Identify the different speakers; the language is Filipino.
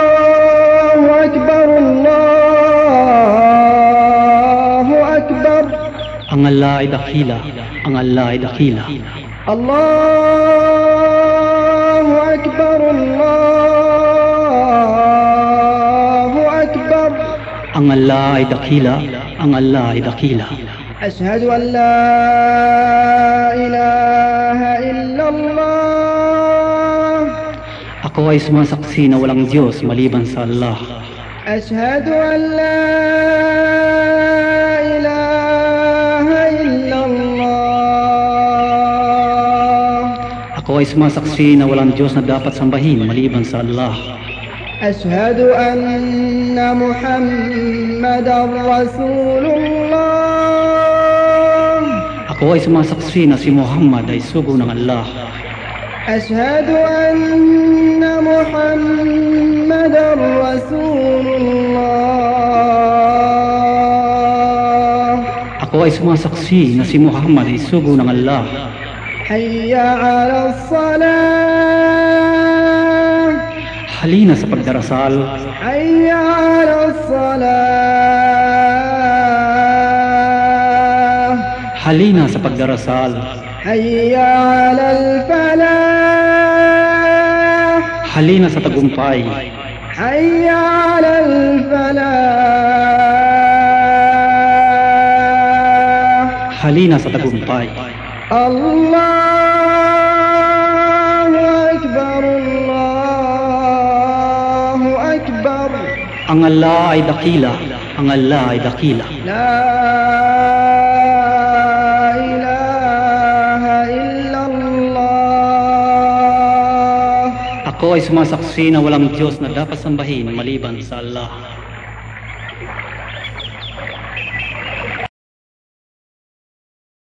Speaker 1: الله أكبر الله أكبر
Speaker 2: Ang Allah ay dakila, ang Allah ay dakila.
Speaker 1: الله أكبر الله أكبر
Speaker 2: Ang Allah ay dakila, ang Allah ay dakila.
Speaker 1: أشهد أن لا إله إلا الله
Speaker 2: Ako ay sumasaksi na walang Diyos maliban sa Allah.
Speaker 1: أشهد أن لا إله إلا الله
Speaker 2: Ako ay sumasaksi na walang Diyos na dapat sambahin maliban sa Allah.
Speaker 1: أشهد أن محمدا رسول الله
Speaker 2: Ako ay sumasaksi na si Muhammad ay sugo ng Allah.
Speaker 1: أشهد أن محمدا رسول الله
Speaker 2: Ako ay sumasaksi na si Muhammad ay sugo ng Allah.
Speaker 1: حي على الصلاة
Speaker 2: Halina sa pagdarasal,
Speaker 1: حي على الصلاة
Speaker 2: halina sa pagdarasal,
Speaker 1: حي على الفلاح
Speaker 2: halina sa tagumpay,
Speaker 1: حي على الفلاح
Speaker 2: halina sa tagumpay.
Speaker 1: الله أكبر الله أكبر
Speaker 2: Ang Allah ay dakila, ang Allah ay dakila.
Speaker 1: لا إله إلا الله
Speaker 2: Ako ay sumasaksi na walang Diyos na dapat sambahin maliban sa Allah.